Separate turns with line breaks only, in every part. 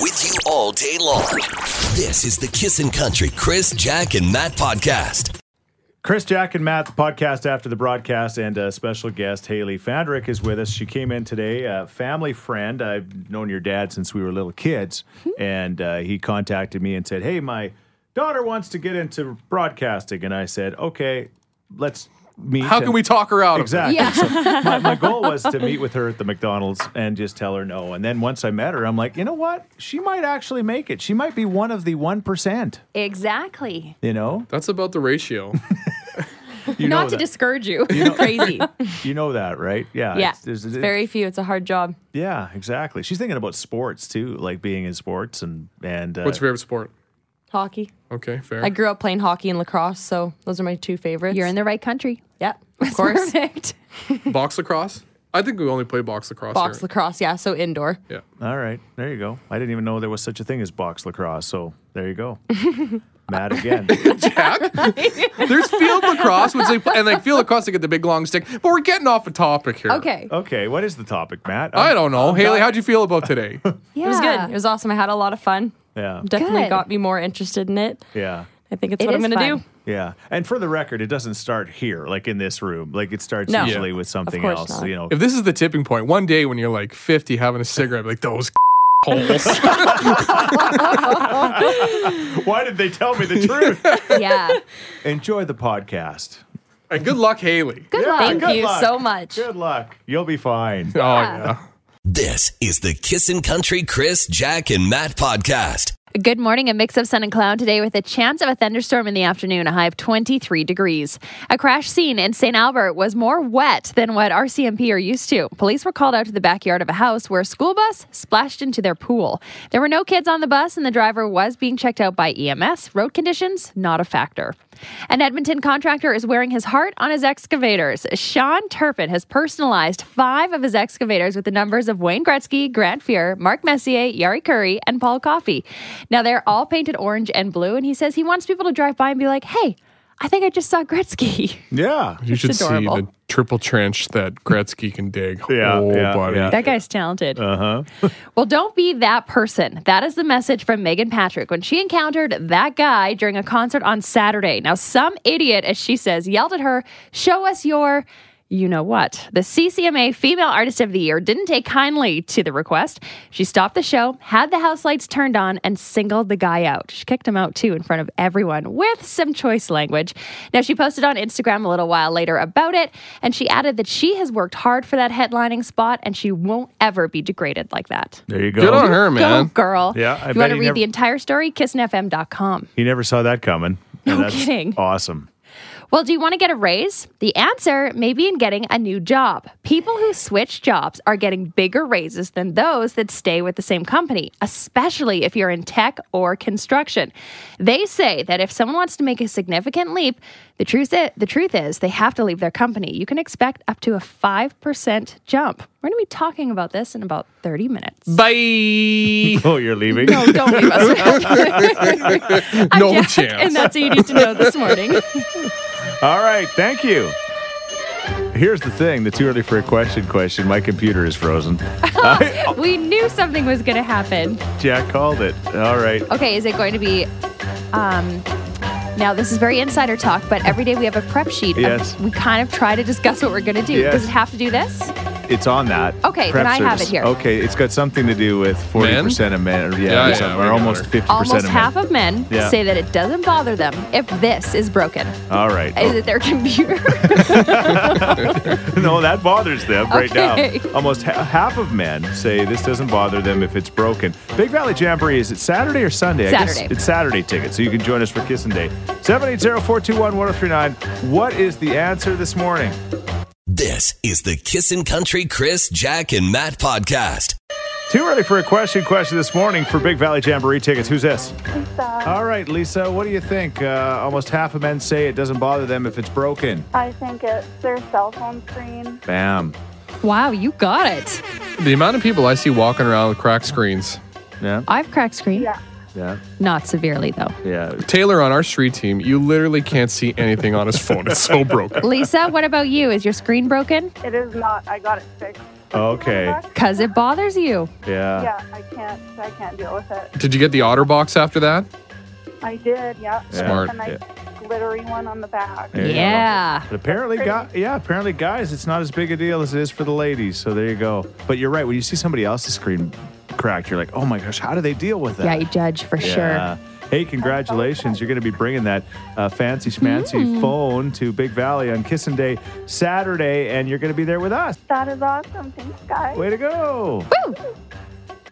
with you all day long. This is the Kissin' Country Chris, Jack, and Matt podcast.
Chris, Jack, and Matt, the podcast after the broadcast, and uh, special guest Haley Fandrick is with us. She came in today, a family friend. I've known your dad since we were little kids,
Hmm.
and uh, he contacted me and said, Hey, my daughter wants to get into broadcasting. And I said, Okay, let's meet.
How can
And-
we talk her out of
Exactly.
Yeah.
So my, my goal was to meet with her at the McDonald's and just tell her no. And then once I met her, I'm like, you know what? She might actually make it. She might be one of the 1%,
Exactly.
you know?
it? That's about the ratio.
You
Not
know
to
that.
discourage you. Crazy.
You know that, right? Yeah.
yeah.
it's-
It's
there's-
very few. It's a hard job.
yeah, exactly. She's thinking about sports too, like being in sports and and uh,
What's your favorite sport?
Hockey.
Okay, fair.
I grew up playing hockey and lacrosse, so those are my two favorites.
You're in the right country.
yeah, of course.
Perfect.
box lacrosse? I think we only play box lacrosse.
Box
here.
lacrosse, yeah, so indoor.
yeah.
All right, there you go. I didn't even know there was such a thing as box lacrosse. So there you go. Matt again.
There's field lacrosse, which they play, and like field lacrosse, they get the big long stick. But we're getting off a topic here.
Okay.
Okay, what is the topic, Matt?
I don't know. Haley, how'd you feel about today?
Yeah.
It was good. It was awesome. I had a lot of fun.
Yeah,
Definitely
Good.
got me more interested in it.
yeah.
I think it's
It
what I'm
is
going to
fun.
do.
Yeah, and for the record, it doesn't start here, like in this room. Like it starts
No.
usually
Yeah.
with something
course
else.
not.
You know,
if this is the tipping point, one day when you're like 50 having a cigarette, be like those holes.
why did they tell me the truth?
Yeah.
Enjoy the podcast.
and good luck, Haley.
Good
Yeah,
luck.
good
you
luck.
so much.
Good luck. You'll be fine.
Oh, yeah.
This is the Kissin' Country Chris, Jack, and Matt podcast.
Good morning. A mix of sun and cloud today with a chance of a thunderstorm in the afternoon, a high of 23 degrees. A crash scene in St. Albert was more wet than what RCMP are used to. Police were called out to the backyard of a house where a school bus splashed into their pool. There were no kids on the bus, and the driver was being checked out by EMS. Road conditions, not a factor. An Edmonton contractor is wearing his heart on his excavators. Sean Turpin has personalized five of his excavators with the numbers of Wayne Gretzky, Grant Fuhr, Mark Messier, Yari Curry, and Paul Coffey. Now they're all painted orange and blue, and he says he wants people to drive by and be like, hey, I think I just saw Gretzky.
Yeah.
You should see the
adorable.
triple trench that Gretzky can dig.
Yeah,
oh,
yeah,
buddy.
yeah.
That guy's talented. Uh huh. well, don't be that person. That is the message from Megan Patrick when she encountered that guy during a concert on Saturday. Now, some idiot, as she says, yelled at her, Show us your. You know what? The CCMA Female Artist of the Year didn't take kindly to the request. She stopped the show, had the house lights turned on, and singled the guy out. She kicked him out too in front of everyone with some choice language. Now, she posted on Instagram a little while later about it, and she added that she has worked hard for that headlining spot and she won't ever be degraded like that.
There you go.
Good on her, man.
Go, girl.
Yeah, I
If
bet
you want to
he
read
never-
the entire story, kissinfm.com.
He never saw that coming. No that's
kidding.
Awesome.
Well, do you want to get a raise? The answer may be in getting a new job. People who switch jobs are getting bigger raises than those that stay with the same company, especially if you're in tech or construction. They say that if someone wants to make a significant leap, the truth is, the truth is they have to leave their company. You can expect up to a 5% jump. We're going to be talking about this in about 30 minutes.
Bye.
Oh, you're leaving?
No, don't leave us. I'm
no
Jack,
chance.
And that's what you need to know this morning.
All right. Thank you. Here's the thing the too early for a question question. My computer is frozen. I-
we knew something was going to happen.
Jack called it. All right.
Okay, is it going to be? Um, now this is very insider talk, but every day we have a prep sheet. of-
Yes.
we kind of try to discuss what we're going to do.
Yes.
Does it have to do this?
It's on that.
Okay,
Prep
then I have
service.
it here.
Okay, it's got something to do with 40% of men. Or, yeah,
Yeah,
or
yeah,
something,
we
or
got
almost
it.
50% of
Almost
men.
half of men
Yeah.
say that it doesn't bother them if this is broken.
All right.
Is it their computer?
no, that bothers them right
Okay.
now. Almost ha- half of men say this doesn't bother them if it's broken. Big Valley Jamboree, is it Saturday or Sunday? I guess
Saturday.
it's Saturday tickets, so you can join us for Kissing Day. 780-421-1039. What is the answer this morning?
This is the Kissin' Country Chris, Jack, and Matt podcast.
Too early for a question question this morning for Big Valley Jamboree tickets. Who's this? All right, Lisa, what do you think? Uh, almost half of men say it doesn't bother them if it's broken.
I think it's their cell phone screen.
Bam.
wow, you got it.
The amount of people I see walking around with cracked screens.
Yeah,
I've cracked screen.
Yeah.
yeah,
Not severely though.
yeah.
Taylor on our street team, you literally can't see anything on his phone. It's so broken.
Lisa, what about you? Is your screen broken?
It is not. I got it fixed.
Okay.
because it bothers you.
Yeah.
Yeah, I can't. I can't deal with it.
Did you get the otter box after that?
I did. Yeah.
Smart.
A nice glittery one on the back.
There you go.
Yeah.
But apparently, guy, yeah, apparently, guys, it's not as big a deal as it is for the ladies. So there you go. But you're right. When you see somebody else's screen cracked, you're like, oh my gosh, how do they deal with that?
Yeah, you judge for
Yeah.
sure.
Hey, congratulations. You're going to be bringing that uh, fancy schmancy phone to Big Valley on Kissin' Day Saturday, and you're going to be there with us.
That is awesome. Thanks, guys.
Way to go.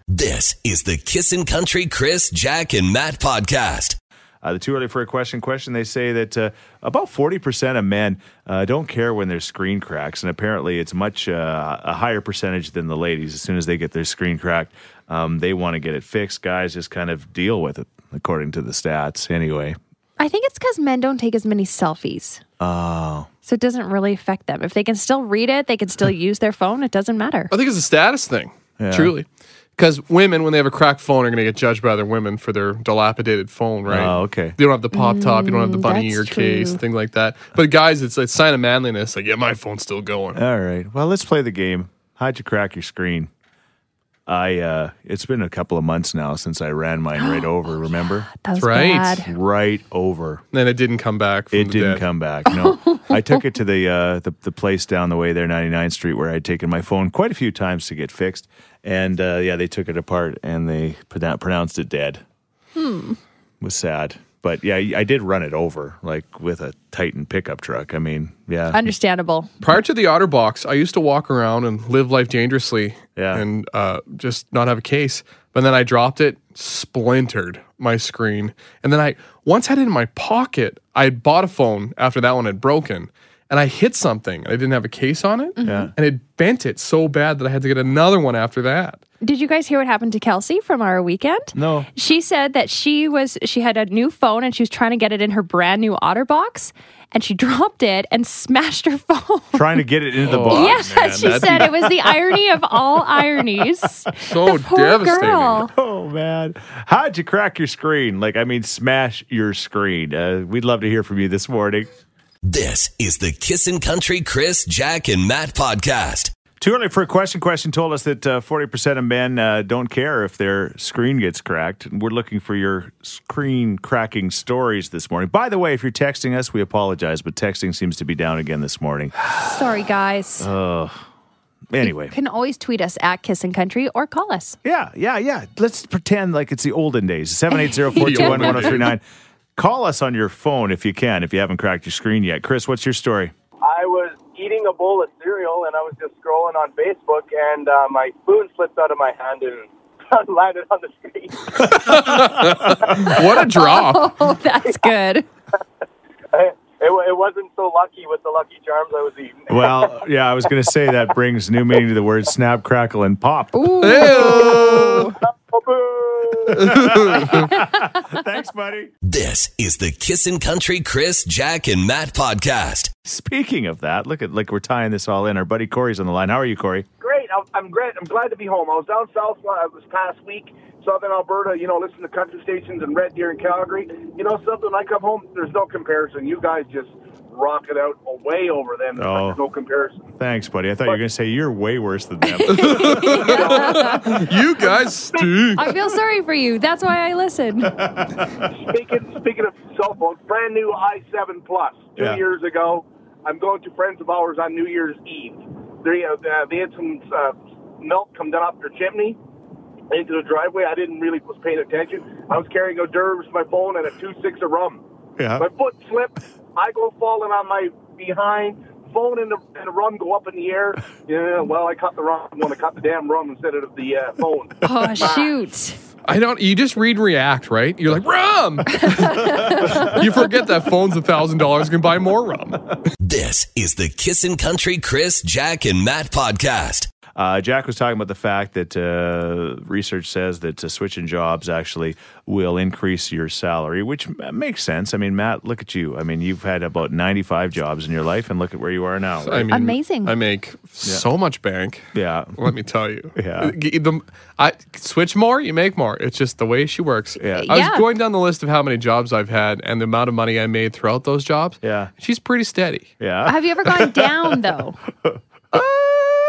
This is the Kissin' Country Chris, Jack, and Matt podcast.
Uh, the too early for a question question. They say that uh, about forty percent of men uh, don't care when their screen cracks, and apparently it's much uh, a higher percentage than the ladies. As soon as they get their screen cracked, um, they want to get it fixed. Guys just kind of deal with it, according to the stats. Anyway,
I think it's because men don't take as many selfies. Oh. So it doesn't really affect them. If they can still read it, they can still use their phone. It doesn't matter.
I think it's a status thing, truly. Because women, when they have a cracked phone, are going to get judged by other women for their dilapidated phone, right?
Oh, okay.
They don't have the pop top, you don't have the bunny
Mm, that's
ear case,
true.
thing like that. But guys, it's a sign of manliness. Like, yeah, my phone's still going.
all right. Well, let's play the game. How'd you crack your screen? I uh, it's been a couple of months now since I ran mine right over. Remember?
That was
right.
bad.
Right over.
Then it didn't come back. From
It
the
didn't
dead.
come back. No, I took it to the, uh, the the place down the way there, 99th Street, where I'd taken my phone quite a few times to get fixed. And uh, yeah, they took it apart and they pronoun- pronounced it dead. Hmm. Was sad, but yeah, I did run it over like with a Titan pickup truck. I mean, yeah,
Understandable.
Prior to the otter box, I used to walk around and live life dangerously
Yeah.
and uh, just not have a case. But then I dropped it, splintered my screen. And then I once had it in my pocket. I had bought a phone after that one had broken and I hit something and I didn't have a case on it.
Mm-hmm. Yeah.
And it bent it so bad that I had to get another one after that.
Did you guys hear what happened to Kelsey from our weekend?
No.
She said that she was she had a new phone and she was trying to get it in her brand new OtterBox and she dropped it and smashed her phone.
trying to get it into the
Oh.
box.
yeah,
man,
she
that'd
said it was the irony of all ironies.
So
the poor
devastating.
girl.
Oh man, how'd you crack your screen? Like, I mean, smash your screen. Uh, we'd love to hear from you this morning.
This is the Kissin' Country Chris, Jack, and Matt podcast.
Too early for a question. Question told us that uh, forty percent of men uh, don't care if their screen gets cracked. And We're looking for your screen cracking stories this morning. By the way, if you're texting us, we apologize, but texting seems to be down again this morning.
Sorry guys.
Anyway,
You can always tweet us at Kissin Country or call us.
yeah, yeah, yeah. Let's pretend like it's the olden days. Seven eight zero four two one one zero three nine. Call us on your phone if you can. If you haven't cracked your screen yet, Chris, what's your story?
I was eating a bowl of cereal and I was just scrolling on Facebook and uh, my spoon slipped out of my hand and landed on the screen.
What a drop.
Oh, that's good.
it, wa- it wasn't so lucky with the Lucky Charms I was eating.
Well, yeah, I was going to say that brings new meaning to the word snap, crackle, and pop. Oh.
Hey-oh.
Oh, Boo!
Thanks, buddy.
This is the Kissin' Country Chris, Jack, and Matt podcast.
Speaking of that, look at like we're tying this all in. Our buddy Corey's on the line. How are you, Corey?
great. I'm, I'm great. I'm glad to be home. I was down south uh, this past week, southern Alberta. You know, listen to country stations and Red Deer in Calgary. You know, something. When I come home, there's no comparison. You guys just rock it out way over them. There's
Oh.
like no comparison.
Thanks, buddy. I thought you were going to say you're way worse than them.
you guys stink.
I feel sorry for you. That's why I listen.
Speaking speaking of cell phones, brand new i7 Plus two
Yeah.
years ago. I'm going to friends of ours on New Year's Eve. They uh, they had some uh, milk come down off their chimney into the driveway. I didn't really was paying attention. I was carrying hors d'oeuvres, my phone, and a two six of rum.
Yeah.
My foot slipped. I go falling on my behind. Phone and the, and the rum go up in the air. Yeah, well, I caught the rum. When I caught the damn rum instead of the uh, phone.
Oh shoot.
I don't. You just read and react, right? You're like rum. you forget that phone's a thousand dollars. You can buy more rum.
This is the Kissin' Country Chris, Jack, and Matt podcast.
uh, Jack was talking about the fact that uh, research says that uh, switching jobs actually will increase your salary, which m- makes sense. I mean, Matt, look at you. I mean, you've had about 95 jobs in your life, and look at where you are now.
I
right?
mean,
Amazing.
I make so much bank.
yeah.
Let me tell you.
Yeah.
G- the- I switch more, you make more. It's just the way she works.
Yeah.
I was
Yeah.
going down the list of how many jobs I've had and the amount of money I made throughout those jobs.
Yeah.
She's pretty steady.
Yeah. Uh,
Have you ever gone down though?
Uh,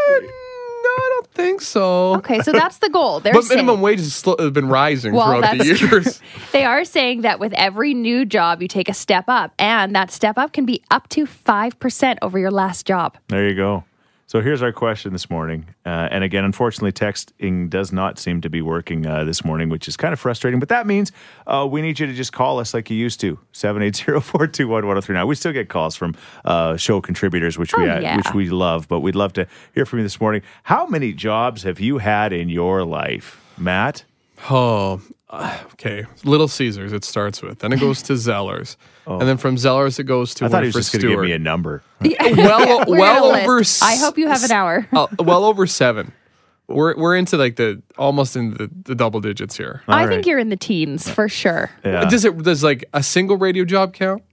no, think so.
Okay, so that's the goal. They're
But
saying-
minimum wage has sl- has been rising
Well,
throughout the
that's true.
years.
They are saying that with every new job, you take a step up, and that step up can be up to 5% over your last job.
There you go. So here's our question this morning. Uh, and again, unfortunately, texting does not seem to be working uh, this morning, which is kind of frustrating. But that means uh, we need you to just call us like you used to 780 421 1039. We still get calls from uh, show contributors, which, we, uh,
Oh, yeah.
which we love, but we'd love to hear from you this morning. How many jobs have you had in your life, Matt?
Oh, uh, okay. Little Caesars, it starts with. Then it goes to Zellers. And then from Zellers, it goes to
Oh. I thought
one
he was
for
just going to give
Stewart.
me a number.
well,
We're
well
gonna
over.
list. I hope you have an hour.
uh, well over seven. We're we're into like the almost in the, the double digits here.
I
All right.
think you're in the teens for sure.
Oh, Yeah.
Does it does like a single radio job count?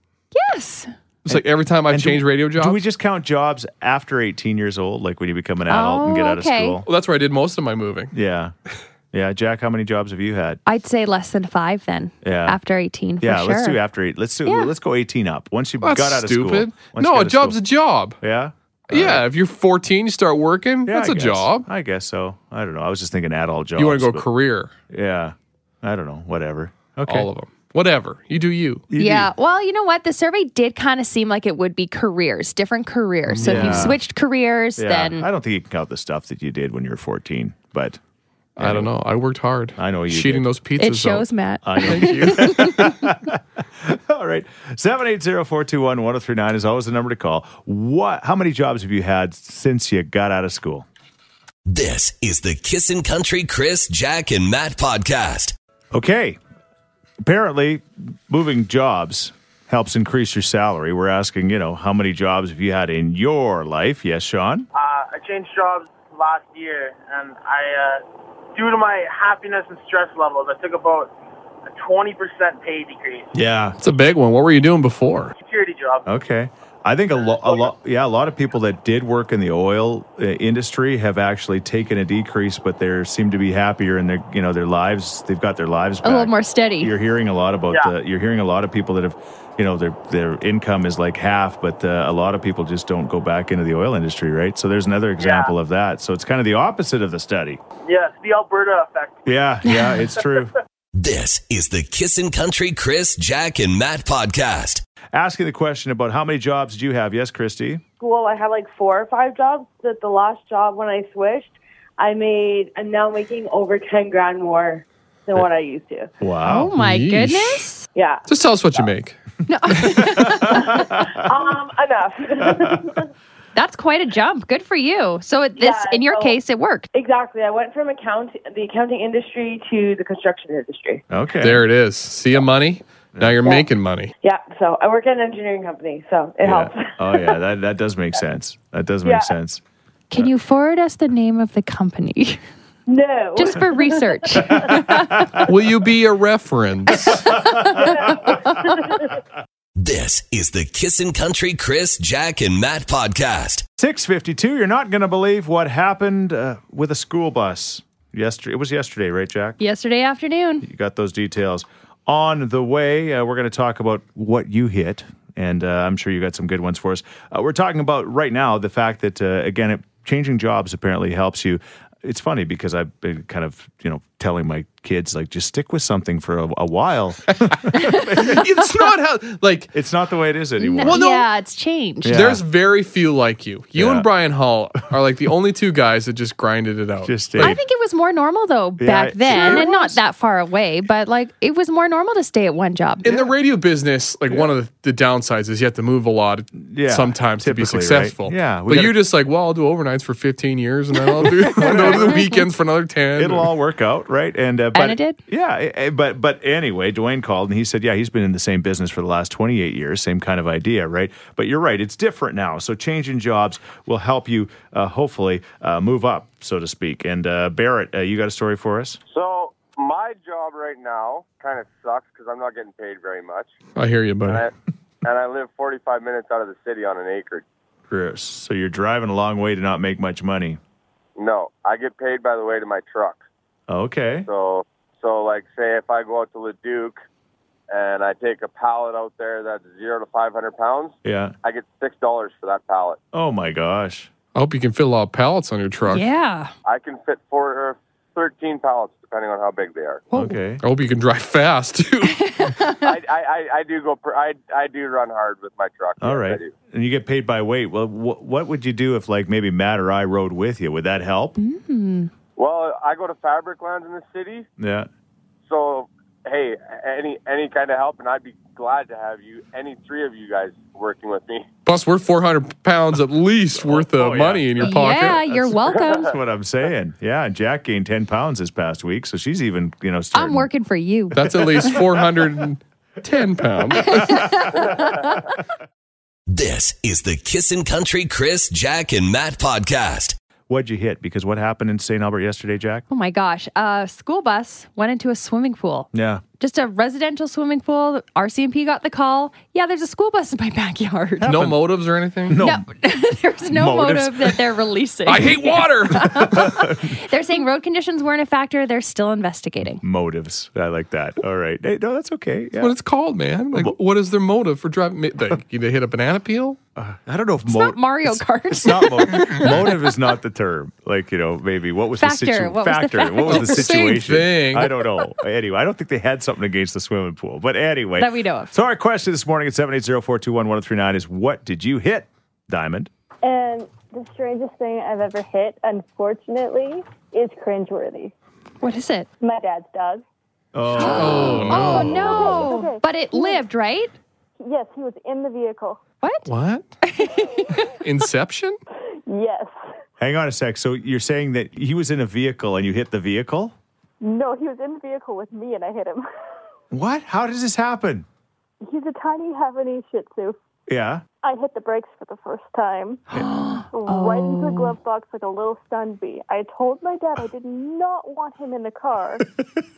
Yes.
It's like every time I change radio jobs.
Do we just count jobs after 18 years old, like when you become an adult and
Oh,
get out
okay.
of school?
well, that's where I did most of my moving.
Yeah. Yeah. Jack, how many jobs have you had?
I'd say less than five then
Yeah.
after 18 for
Yeah,
sure.
let's do after eight. Let's do.
Yeah.
Let's go eighteen up. Once you
That's
got out of
stupid.
school. Once you got
no, a
out of school-
job's a job.
Yeah.
yeah, if you're 14, you start working.
Yeah,
that's
I
a
guess.
job.
I guess so. I don't know. I was just thinking adult jobs.
you want to go
but-
career,
Yeah. I don't know. Whatever. Okay.
all of them. Whatever you do, you.
You do-
Yeah. Well, you know what? The survey did kind of seem like it would be careers, different careers. So if
Yeah.
you switched careers,
Yeah.
then
I don't think you can count the stuff that you did when you were fourteen, but
I don't know. I worked hard.
I know you
Sheeting
did.
those pizzas.
it shows,
out.
Matt.
I know.
Thank you.
All right. 780-421-1039 is always the number to call. What how many jobs have you had since you got out of school?
This is the Kissin' Country Chris, Jack, and Matt podcast.
Okay. Apparently, moving jobs helps increase your salary. We're asking, you know, how many jobs have you had in your life? Yes, Sean?
Uh, I changed jobs last year, and I, uh, due to my happiness and stress levels, I took about a 20% pay decrease.
Yeah.
It's a big one. What were you doing before?
Security job.
Okay. I think a lot, a lot, yeah, a lot of people that did work in the oil uh, industry have actually taken a decrease, but they seem to be happier in their, you know, their lives. They've got their lives back.
A little more steady.
You're hearing a lot about.
Yeah.
Uh, you're hearing a lot of people that have, you know, their their income is like half, but uh, a lot of people just don't go back into the oil industry, right? So there's another example of that. So it's kind of the opposite of the study.
Yes, the Alberta effect.
Yeah, yeah, it's true.
This is the Kissin' Country Chris, Jack, and Matt podcast.
Asking the question about how many jobs did you have? Yes, Christy.
school, I had like four or five jobs. That the last job when I switched, I made. I'm now making over ten grand more than what I used to.
Oh
Wow.
my
Yeesh.
goodness.
Yeah,
Just tell us what you make.
um, enough.
That's quite a jump. Good for you. So it, this,
Yeah,
in your
so-
case, it worked.
exactly. I went from account the accounting industry to the construction industry.
Okay.
There it is. See ya money. Now you're making money.
Yeah, so I work at an engineering company, so it
Yeah.
helps.
oh yeah, that that does make sense. That does make
Yeah.
sense.
Can you forward us the name of the company
No,
just for research?
Will you be a reference?
This is the Kissin' Country Chris, Jack, and Matt podcast.
652, you're not going to believe what happened uh, with a school bus yesterday. It was yesterday, right, Jack?
Yesterday afternoon.
You got those details. On the way, uh, we're going to talk about what you hit, and uh, I'm sure you got some good ones for us. Uh, we're talking about right now the fact that, uh, again, it, changing jobs apparently helps you. It's funny because I've been kind of, you know, telling my kids, like, just stick with something for a, a while.
it's not how like
it's not the way it is anymore.
Well, no.
Yeah, it's changed.
Yeah.
there's very few like you. You
Yeah.
and Brian Hall are like the only two guys that just grinded it out.
Just
Like,
I think it was more normal though
Yeah,
back
it
then,
sure
and not that far away. But like, it was more normal to stay at one job.
in the radio business, like one of the, the downsides is you have to move a lot sometimes to be
typically, right?
successful.
Yeah, we
But
gotta-
you're just like, well, I'll do overnights for 15 years and then I'll do, and I'll do the weekends for another 10.
It'll all work out, right? And uh, but
it did?
Yeah, eh, eh, but but anyway, Dwayne called and he said, yeah, he's been in the same business for the last 28 years, same kind of idea, right? But you're right, it's different now. So changing jobs will help you, uh, hopefully, uh, move up, so to speak. And uh, Barrett, uh, you got a story for us?
So my job right now kind of sucks because I'm not getting paid very much,
I hear you,
and I,
buddy.
and I live 45 minutes out of the city on an acre.
Chris, so you're driving a long way to not make much money.
No, I get paid by the way to my truck.
Okay.
So so like say if I go out to Leduc and I take a pallet out there that's zero to 500 pounds,
Yeah.
I get six dollars for that pallet.
Oh my gosh.
I hope you can fit a lot of pallets on your truck.
Yeah.
I can fit four or 13 pallets, depending on how big they are.
Okay.
I hope you can drive fast too.
I, I, I, I do go. pr- I, I do run hard with my truck.
All
Yes,
right.
I do.
And you get paid by weight. Well, wh- what would you do if, like, maybe Matt or I rode with you? Would that help?
Mm-hmm.
Well, I go to fabric lands in the city,
Yeah.
so hey, any any kind of help, and I'd be glad to have you. Any three of you guys working with me.
Plus, we're 400 pounds at least worth of
Oh, yeah.
money in your pocket.
Yeah, you're welcome.
That's what I'm saying. Yeah. And Jack gained 10 pounds this past week. So she's even, you know, starting.
I'm working for you.
That's at least 410 pounds.
This is the Kissin' Country Chris, Jack, and Matt podcast.
What'd you hit? Because what happened in St. Albert yesterday, Jack?
Oh my gosh. A school bus went into a swimming pool.
Yeah.
Just a residential swimming pool. RCMP got the call. Yeah, there's a school bus in my backyard.
No motives or anything?
No.
there's no
Motives.
motive that they're releasing.
I hate water.
they're saying road conditions weren't a factor. They're still investigating.
Motives. I like that. All right. Hey, no, that's okay. Yeah.
what it's called, man. Like, what is their motive for driving? ma- They, they hit a banana peel?
I don't know if
It's
mo-
not Mario Kart.
It's not motive. motive is not the term. Like you know, maybe what was
Factor.
the situation?
What was the
factor. What was the
factor? Same
situation?
thing.
I don't know. Anyway, I don't think they had something against the swimming pool. But anyway,
That we know of.
So our question this morning at seven eight zero four two one one zero three nine is: What did you hit, Diamond?
And the strangest thing I've ever hit, unfortunately, is cringeworthy.
What is it?
My dad's dog.
Oh, no.
Oh, no.
okay.
But it lived, right?
Yes, he was in the vehicle.
What?
What? Inception?
Yes.
Hang on a sec. So you're saying that he was in a vehicle and you hit the vehicle?
No, he was in the vehicle with me, and I hit him.
What? How does this happen?
He's a tiny Havanese Shih Tzu.
Yeah.
I hit the brakes for the first time, right into the glove box like a little stun bee. I told my dad I did not want him in the car,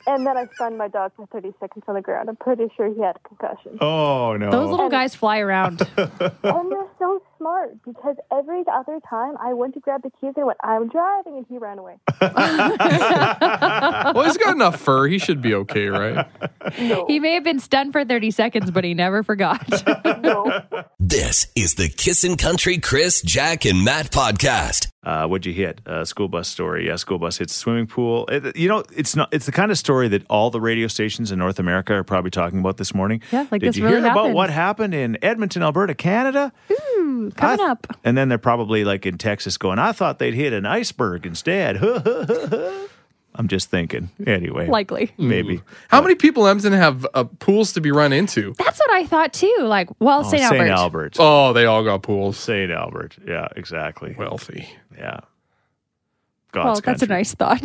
and then I stunned my dog for 30 seconds on the ground. I'm pretty sure he had a concussion.
Oh no.
Those little guys fly around.
And they're so smart because every other time I went to grab the keys, they went, "I'm driving," and he ran away.
Well, he's got enough fur. He should be okay, right?
he may have been stunned for 30 seconds, but he never forgot.
No,
This is the Kissin' Country Chris, Jack, and Matt podcast.
uh, what'd you hit? Uh, school bus story. Yeah, school bus hits a swimming pool. It, you know, it's not. It's the kind of story that all the radio stations in North America are probably talking about this morning.
Yeah, like
Did
this
you
really
hear about
happened.
what happened in Edmonton, Alberta, Canada?
Coming
I-
up.
And then they're probably like in Texas, going, "I thought they'd hit an iceberg instead." I'm just thinking. Anyway,
Likely.
maybe.
How many people in Emsden have uh, pools to be run into?
That's what I thought too. Like, well,
Oh,
St. Albert.
Albert.
Oh, they all got pools.
Saint Albert. Yeah, exactly.
Wealthy.
Yeah.
Well, that's
God's
a
country.
nice thought.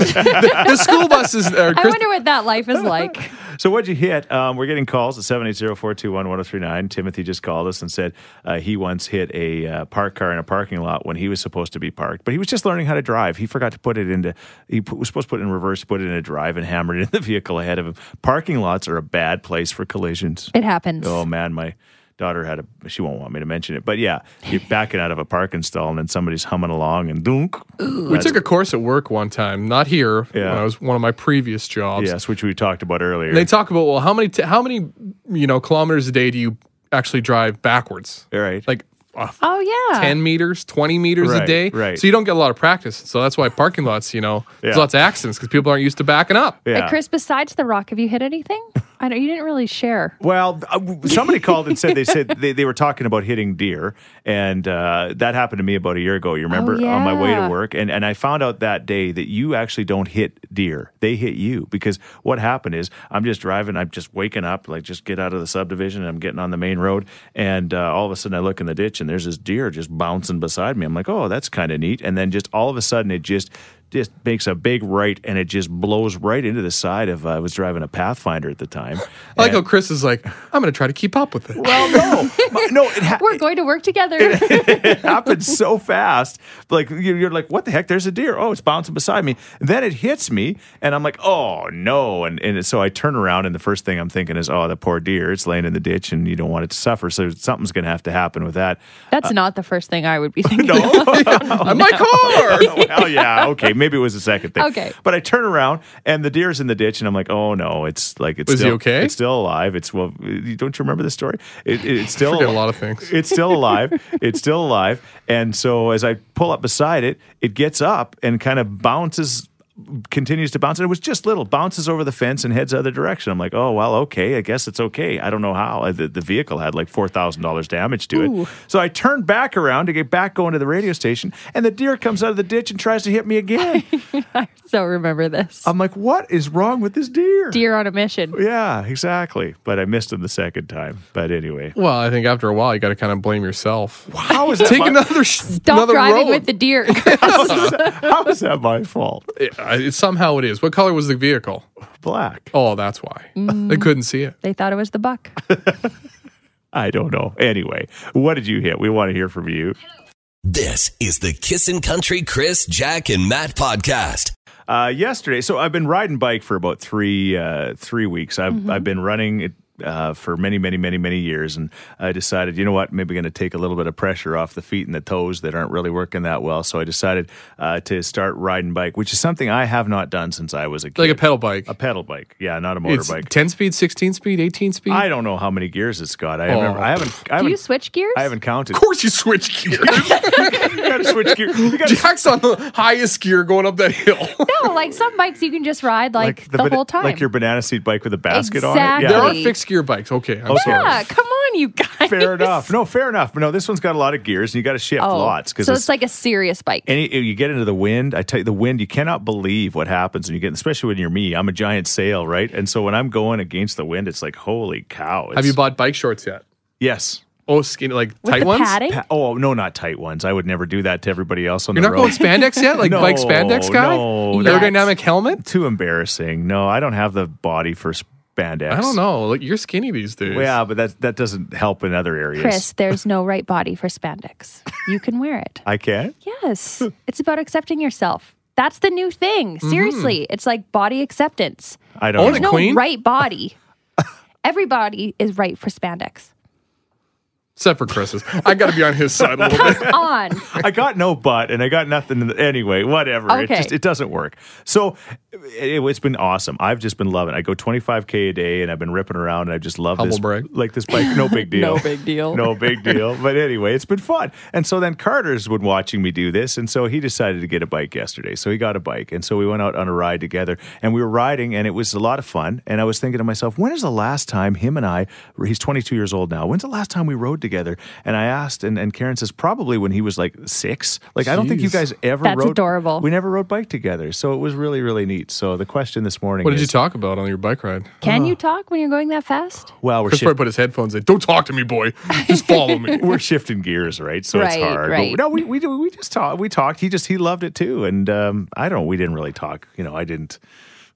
The school buses. Uh,
I
Chris,
wonder what that life is like.
So what'd you hit? Um, we're getting calls at 780-421-1039. Timothy just called us and said uh, he once hit a uh, parked car in a parking lot when he was supposed to be parked, but he was just learning how to drive. He forgot to put it into, he put, was supposed to put it in reverse, put it in a drive and hammered it in the vehicle ahead of him. Parking lots are a bad place for collisions.
It happens.
Oh man, my daughter had a, she won't want me to mention it, but yeah, you're backing out of a parking stall and then somebody's humming along and dunk.
we took a course at work one time, not here,
Yeah.
when I was one of my previous jobs.
Yes, which we talked about earlier.
And they talk about, well, how many, t- how many, you know, kilometers a day do you actually drive backwards?
All right.
Like uh,
Oh, yeah.
10 meters, 20 meters
Right,
a day.
right.
So you don't get a lot of practice. So that's why parking lots, you know, there's
Yeah.
lots of accidents because people aren't used to backing up.
yeah.
Hey, Chris, besides the rock, have you hit anything? I know you didn't really share.
Well, uh, w- somebody called and said they said they, they were talking about hitting deer, and uh, that happened to me about a year ago. You remember on my way to
yeah.
work, and and I found out that day that you actually don't hit deer; they hit you because what happened is I'm just driving, I'm just waking up, like just get out of the subdivision, and I'm getting on the main road, and uh, all of a sudden I look in the ditch, and there's this deer just bouncing beside me. I'm like, oh, that's kind of neat, and then just all of a sudden it just just makes a big right and it just blows right into the side of uh, I was driving a Pathfinder at the time.
I like
And-
how Chris is like, I'm going to try to keep up with it.
well, no, My- no, it, ha-
We're going to work together.
it happened so fast. Like you- you're like, what the heck? There's a deer. Oh, it's bouncing beside me. And then it hits me, and I'm like, oh no. And and so I turn around, and the first thing I'm thinking is, oh, the poor deer. It's laying in the ditch, and you don't want it to suffer. So something's going to have to happen with that.
That's not the first thing I would be thinking.
No,
my car.
well, yeah, okay, maybe it was the second thing.
Okay.
But I turn around and the deer's in the ditch, and I'm like, oh no, it's like it's
Was he
still,
okay?
It's still alive. It's well, you- don't you remember the story? It, it- it's still
Forget a
al-
lot of things.
Oh. It's still alive. it's still alive. And so as I pull up beside it, it gets up and kind of bounces. Continues to bounce, and it was just little bounces over the fence and heads the other direction. I'm like, oh well, okay, I guess it's okay. I don't know how Uh, the, the vehicle had like four thousand dollars damage to it. So I turned back around to get back going to the radio station, and the deer comes out of the ditch and tries to hit me again.
So remember this.
I'm like, what is wrong with this deer?
Deer on a mission.
Yeah, exactly. But I missed him the second time. But anyway,
Well, I think after a while, you got to kind of blame yourself.
how is that
Take
my,
another sh-
Stop
another
driving
road.
with the deer.
how is that my fault?
It- I- it- somehow it is. What color was the vehicle?
Black.
Oh, that's why they couldn't see it.
they thought it was the buck.
I don't know. Anyway, what did you hit? We want to hear from you.
This is the Kissin' Country Chris, Jack, and Matt podcast.
Uh, yesterday, so I've been riding bike for about three uh, three weeks. I've I've been running it. Uh, for many, many, many, many years, and I decided, you know what, maybe going to take a little bit of pressure off the feet and the toes that aren't really working that well. So I decided uh, to start riding bike, which is something I have not done since I was a kid.
Like a pedal bike.
a pedal bike, yeah, not a
It's
motorbike.
10 speed, 16 speed, 18 speed.
I don't know how many gears it's got. I, haven't,
Oh.
I haven't. I
Do you
haven't.
switch gears?
I haven't counted.
of course, you switch gears.
you gotta switch gears. You gotta,
Jack's on the highest gear going up that hill.
No, like some bikes you can just ride like, the,
bana-
whole time.
Like your banana seat bike with a basket on it.
Exactly.
There are
Really?
fixed gear bikes. Okay, I'm
Okay.
sorry.
yeah, come on, you guys.
Fair enough. No, fair enough. But no, this one's got a lot of gears, and you got to shift
Oh,
lots because
so it's like a serious bike.
any you get into the wind. I tell you, the wind. You cannot believe what happens when you get, especially when you're me. I'm a giant sail, right? And so when I'm going against the wind, it's like holy cow. It's-
Have you bought bike shorts yet?
Yes.
Oh, skinny, like
With
tight
the
ones?
padding?
Pa- oh no, not tight ones. I would never do that to everybody else on
You're
the
not
road.
going spandex yet? Like
No,
bike spandex guy?
no,
that's-
Aerodynamic helmet?
Too embarrassing. No, I don't have the body for spandex.
I don't know. Like, you're skinny these days.
Well, yeah, but that that doesn't help in other areas.
Chris, there's no right body for spandex. You can wear it.
I can't.
Yes. it's about accepting yourself. That's the new thing.
Mm-hmm.
Seriously. It's like body acceptance.
I don't.
Own it,
know.
No
Queen?
right body. Everybody is right for spandex.
Except for Chris's. I got to be on his side a little bit.
On.
I got no butt, and I got nothing. in the- Anyway, whatever. It
Okay.
just it doesn't work. So it, has been awesome. I've just been loving. it. I go 25k a day, and I've been ripping around, and I just love
Humble
this.
brag.
Like this bike, no big deal.
No big deal.
no big deal. But anyway, it's been fun. And so then Carter's been watching me do this, and so he decided to get a bike yesterday. So he got a bike, and so we went out on a ride together, and we were riding, and it was a lot of fun. And I was thinking to myself, when is the last time him and I? He's 22 years old now. When's the last time we rode together? And I asked, and, and Karen says probably when he was like six. Like I don't think you
Jeez.
guys ever.
That's
rode,
adorable.
We never rode bike together, so it was really really neat. So the question this morning
What did you
is,
talk about on your bike ride?
Can you talk when you're going that fast?
well, we're
Chris
shifting
probably put his headphones in. Don't talk to me, boy. Just follow me.
we're shifting gears, right? So it's
Right,
hard. But
right.
no, we we do- we just talked. We talked. He just he loved it too, and um, I don't. We didn't really talk. You know, I didn't.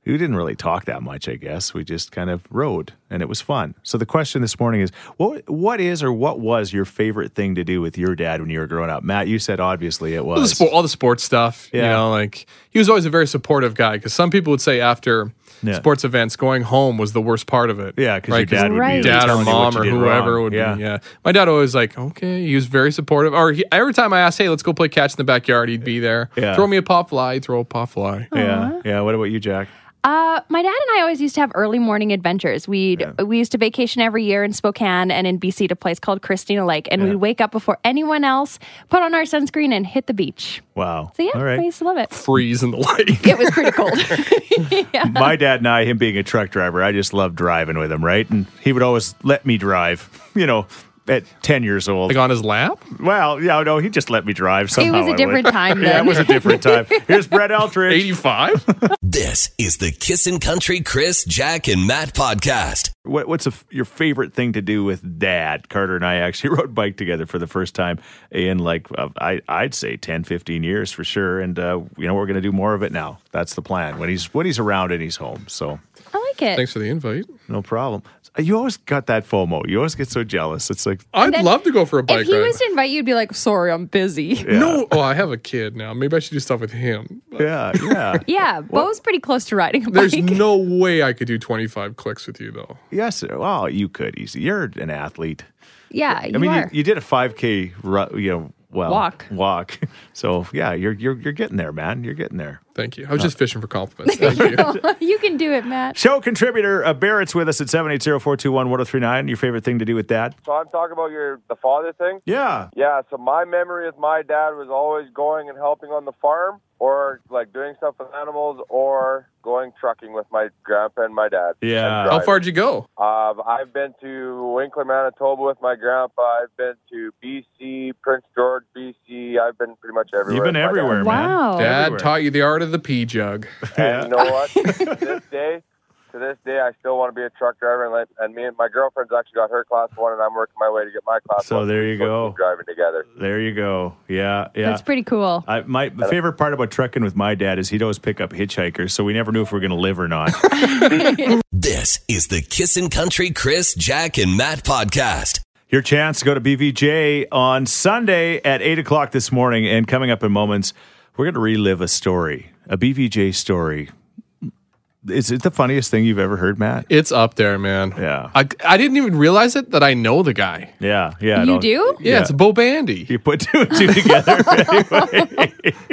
We didn't really talk that much. I guess we just kind of rode, and it was fun. So the question this morning is what what is or what was your favorite thing to do with your dad when you were growing up? Matt, you said obviously it
All the,
was.
sport, all the sports stuff. You
Yeah.
know, like he was always a very supportive guy because some people would say after
Yeah.
sports events, going home was the worst part of it.
Yeah, because
Right,
your dad would
Right.
be
dad or
telling you what
mom
you
or
did
whoever
wrong.
would be. Yeah. My dad always like, okay, he was very supportive. Or he, every time I asked, hey, let's go play catch in the backyard, he'd be there.
Yeah.
Throw me a pop fly, throw a pop fly.
Oh.
yeah, yeah. What about you, Jack?
Uh, my dad and I always used to have early morning adventures. We'd we used to vacation every year in Spokane and in BC to a place called Christina Lake, and we'd wake up before anyone else, put on our sunscreen, and hit the beach.
Wow.
So yeah,
All right.
I used to love it.
Freeze in the lake.
It was pretty cold.
my dad and I, him being a truck driver, I just loved driving with him, right? And he would always let me drive, you know, at 10 years old.
like on his lap?
Well, yeah, no, he just let me drive somehow.
it was
I
a
would.
different time
Yeah, it
then.
was a different time. Here's Brett Eldridge.
85?
This is the Kissin' Country Chris, Jack, and Matt podcast.
What, what's a f your favorite thing to do with dad? Carter and I actually rode bike together for the first time in like, uh, I, I'd say 10, 15 years for sure. And, uh, you know, we're going to do more of it now. That's the plan when he's, when he's around and he's home. So
I like it.
Thanks for the invite.
no problem. Uh, You always got that FOMO. You always get so jealous. It's like,
I'd
then
love to go for a bike
if he
ride.
was to invite you, you'd be like, "Sorry, I'm busy."
Yeah.
No, oh, I have a kid now. Maybe I should do stuff with him.
yeah, yeah.
Yeah, Bo's pretty close to riding a bike.
There's no way I could do 25 clicks with you, though.
Yes. Well, you could easily. You're an athlete.
yeah, you
I mean,
are.
You, you did a 5K, ru- you know, well,
Walk.
walk. So yeah, you're you're you're getting there, man. You're getting there.
Thank you. I was just fishing for compliments. Thank you.
you can do it, Matt.
Show contributor uh, Barrett's with us at 780-421-1039. Your favorite thing to do with that?
So I'm talking about your the father thing.
Yeah.
Yeah, so my memory is my dad was always going and helping on the farm or like doing stuff with animals or going trucking with my grandpa and my dad.
Yeah.
How far'd you go?
Um, I've been to Winkler, Manitoba with my grandpa. I've been to BC, Prince George, BC. I've been pretty much everywhere.
You've been
with my dad.
everywhere, man.
Wow.
Dad
Everywhere.
taught you the art of the pea jug.
And you know what? to this day, to this day, I still want to be a truck driver. And, let, and me and my girlfriend's actually got her class one, and I'm working my way to get my class
So
one.
there you
We'll
go.
keep Driving together.
There you go. Yeah, yeah.
That's pretty cool.
I, my the favorite part about trekking with my dad is he'd always pick up hitchhikers, so we never knew if we were going to live or not.
This is the Kissin' Country Chris, Jack, and Matt podcast.
Your chance to go to BVJ on Sunday at 8 o'clock this morning. And coming up in moments, we're going to relive a story, a BVJ story. Is it the funniest thing you've ever heard, Matt?
It's up there, man.
Yeah.
I, I didn't even realize it that I know the guy.
Yeah, yeah. I
you
don't-
do?
Yeah, it's Bo Bandy.
You put two and two together. anyway,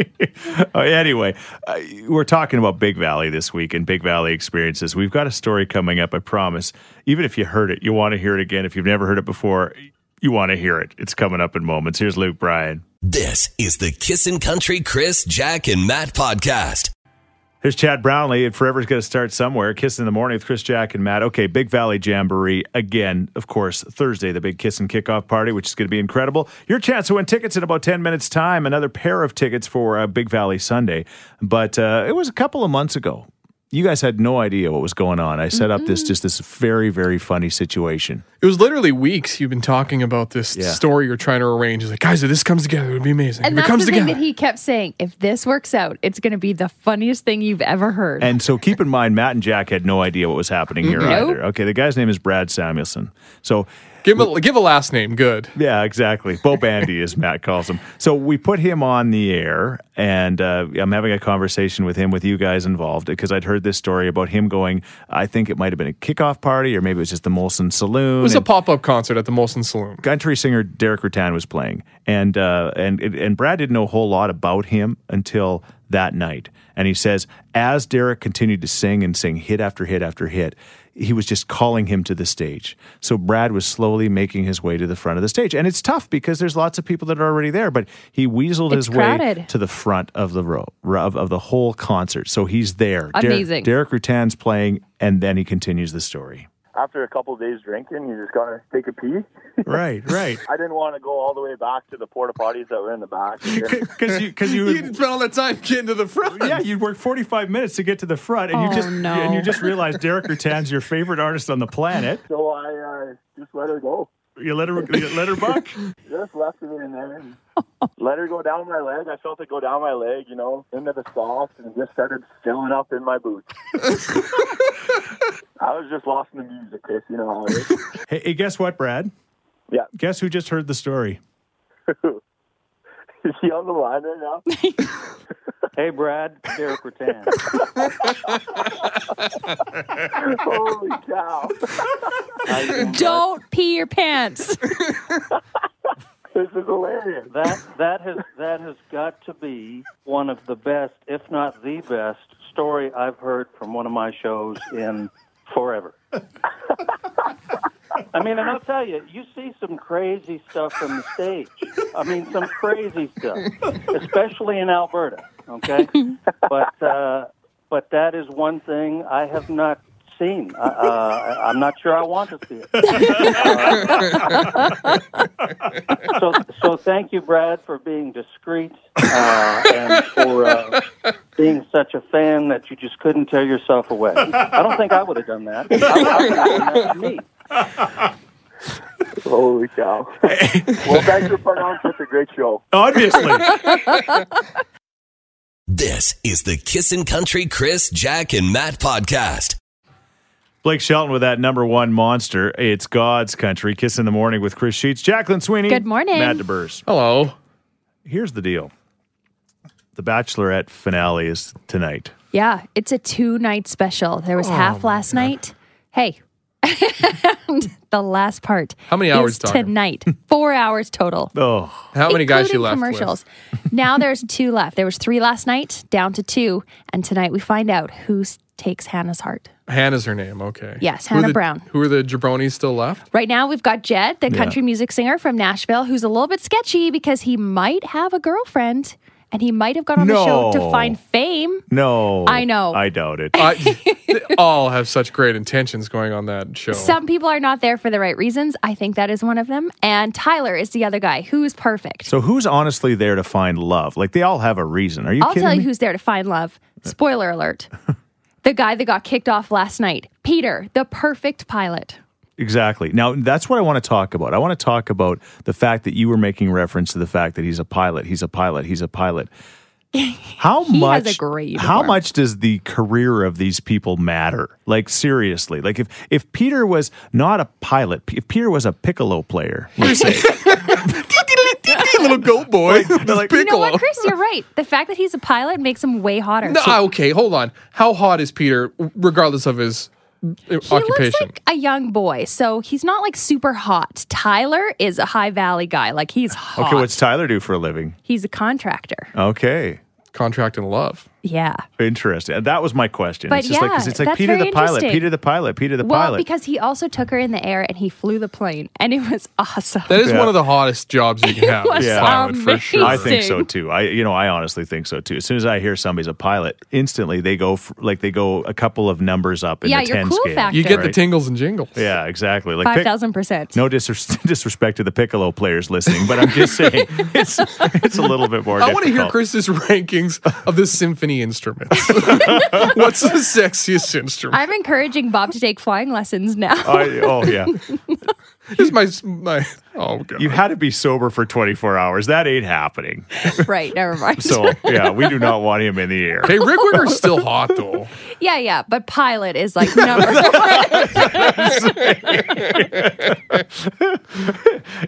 Oh, anyway uh, we're talking about Big Valley this week and Big Valley experiences. We've got a story coming up, I promise. Even if you heard it, you want to hear it again. If you've never heard it before, you want to hear it. It's coming up in moments. Here's Luke Bryan.
This is the Kissin' Country Chris, Jack, and Matt podcast.
Here's Chad Brownlee, and forever's going to start somewhere. Kiss in the morning with Chris Jack and Matt. Okay, Big Valley Jamboree again, of course, Thursday, the big kiss and kickoff party, which is going to be incredible. Your chance to win tickets in about 10 minutes' time, another pair of tickets for uh, Big Valley Sunday. But uh, it was a couple of months ago. You guys had no idea what was going on. I set up this just this very, very funny situation.
It was literally weeks you've been talking about this
Yeah.
story you're trying to arrange. It's like, guys, if this comes together, it would be amazing.
And
if
that's
it comes
the
together.
thing that he kept saying. If this works out, it's going to be the funniest thing you've ever heard.
And so keep in mind, Matt and Jack had no idea what was happening here
Nope.
either. Okay, the guy's name is Brad Samuelson. So
give, him a, give a last name. Good.
Yeah, exactly. Bo Bandy, as Matt calls him. So we put him on the air, and uh, I'm having a conversation with him, with you guys involved, because I'd heard this story about him going. I think it might have been a kickoff party, or maybe it was just the Molson Saloon.
It was a
and
pop up concert at the Molson Saloon.
country singer Derek Rutan was playing, and uh, and and Brad didn't know a whole lot about him until that night. And he says, as Derek continued to sing and sing hit after hit after hit, he was just calling him to the stage. So Brad was slowly making his way to the front of the stage, and it's tough because there's lots of people that are already there, but he weaseled
It's
his way
crowded.
to the front of the row of, of the whole concert. So he's there. Der-
Amazing.
Derek Rutan's playing, and then he continues the story.
after a couple of days drinking, you just gotta take a pee.
Right, right.
I didn't want to go all the way back to the porta potties that were in the back.
Because you, cause
You didn't spend all that time getting to the front.
Yeah, you'd work 45 minutes to get to the front, and you
Oh,
just
no.
and you just realize Derek Rutan's your favorite artist on the planet.
so I uh, just let her go.
You let her you let her buck.
Just left her in there and let her go down my leg. I felt it go down my leg, you know, into the soft, and just started filling up in my boots. I was just lost in the music, Chris. You know how it is.
Hey, hey, guess what, Brad?
Yeah.
Guess who just heard the story?
Is she on the line right now?
Hey, Brad, Derek Rattan.
Holy cow!
How you doing,
Don't pee your pants.
This is hilarious.
bud? That that has that has got to be one of the best, if not the best, story I've heard from one of my shows in forever. I mean, and I'll tell you, you see some crazy stuff from the stage. I mean, some crazy stuff, especially in Alberta. Okay, but uh, but that is one thing I have not seen. Uh, uh, I'm not sure I want to see it. so, so thank you, Brad, for being discreet uh, and for uh, being such a fan that you just couldn't tear yourself away. I don't think I would have done that. I, I would have done that to me.
Holy cow! well, thanks for putting on such a great show.
Obviously.
This is the Kissin' Country Chris, Jack, and Matt podcast.
Blake Shelton with that number one monster. It's God's country. Kiss in the morning with Chris Sheets, Jacqueline Sweeney.
Good morning.
Matt DeBurse.
Hello.
Here's the deal. The Bachelorette finale is tonight.
Oh,
yeah, it's a two night special. There was half last night. Hey, the last part.
How many
is
hours talking?
tonight? Four hours total.
Oh,
how many guys
including
you left
commercials. now there's two left. There was three last night, down to two, and tonight we find out who s- takes Hannah's heart.
with? Hannah's her name. Okay.
Yes,
Who are
Hannah
the-
Brown.
Who are the jabronis still left?
Right now, we've got Jed, the
Yeah.
country music singer from Nashville, who's a little bit sketchy because he might have a girlfriend and he might have gone on the show
No.
to find fame.
No.
I know.
I doubt it.
I, they all have such great intentions going on that show.
Some people are not there for the right reasons. I think that is one of them. And Tyler is the other guy who is perfect.
So who's honestly there to find love? Like they all have a reason. Are you
I'll
kidding
tell you
me?
who's there to find love.
Uh.
Spoiler alert. the guy that got kicked off last night, Peter, the perfect pilot.
Exactly. Now that's what I want to talk about. I want to talk about the fact that you were making reference to the fact that he's a pilot. He's a pilot. He's a pilot. How
He
much?
has a great
how much does the career of these people matter? Like seriously. Like if if Peter was not a pilot, if Peter was a piccolo player, let's say,
little goat boy,
You know what, Chris? You're right. The fact that he's a pilot makes him way hotter.
No, okay, hold on. How hot is Peter, regardless of his uh,
he looks
occupation?
like a young boy, so he's not like super hot. Tyler is a high valley guy. Like he's hot.
okay, what's Tyler do for a living?
he's a contractor.
Okay,
contract and love.
Yeah.
Interesting. That was my question.
But
it's just like 'cause
yeah,
it's like
that's
Peter
very
the pilot,
interesting.
Peter the pilot, Peter the
well,
pilot.
because he also took her in the air and he flew the plane, and it was awesome.
That is one of the hottest jobs you can have.
was
as a pilot, for sure.
I think so too. I, you know, I honestly think so too. As soon as I hear somebody's a pilot, instantly they go f- like they go a couple of numbers up in
Yeah,
the
your
ten
cool
scale.
factor. You get the
tingles and jingles.
Yeah, exactly. Like
Five
pic-
thousand percent.
no disres- disrespect to the piccolo players listening, but I'm just saying it's it's a little bit more.
I want to hear
difficult.
Chris's rankings of the symphony instruments. What's the sexiest instrument?
I'm encouraging Bob to take flying lessons now.
I, oh yeah,
this is my my. Oh god,
you had to be sober for 24 hours. That ain't happening.
right, never mind.
So yeah, we do not want him in the air.
Hey, Rick Wicker's still hot though.
yeah, yeah, but pilot is like number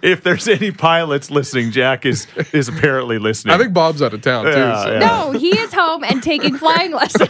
if there's any pilots listening, Jack is is apparently listening. I think
Bob's out of town
too.
No, he is home and taking flying lessons.